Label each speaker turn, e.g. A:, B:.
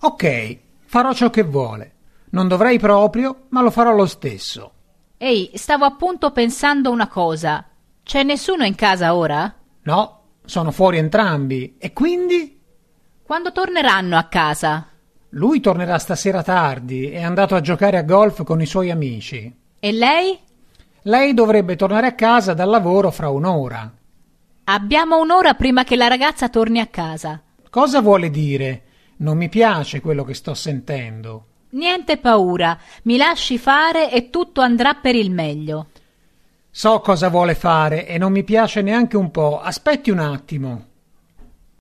A: Ok, farò ciò che vuole. Non dovrei proprio, ma lo farò lo stesso.
B: Ehi, stavo appunto pensando una cosa. C'è nessuno in casa ora?
A: No, sono fuori entrambi. E quindi?
B: Quando torneranno a casa?
A: Lui tornerà stasera tardi, è andato a giocare a golf con i suoi amici.
B: E lei?
A: Lei dovrebbe tornare a casa dal lavoro fra un'ora.
B: Abbiamo un'ora prima che la ragazza torni a casa.
A: Cosa vuole dire? Non mi piace quello che sto sentendo.
B: Niente paura, mi lasci fare e tutto andrà per il meglio.
A: So cosa vuole fare e non mi piace neanche un po'. Aspetti un attimo.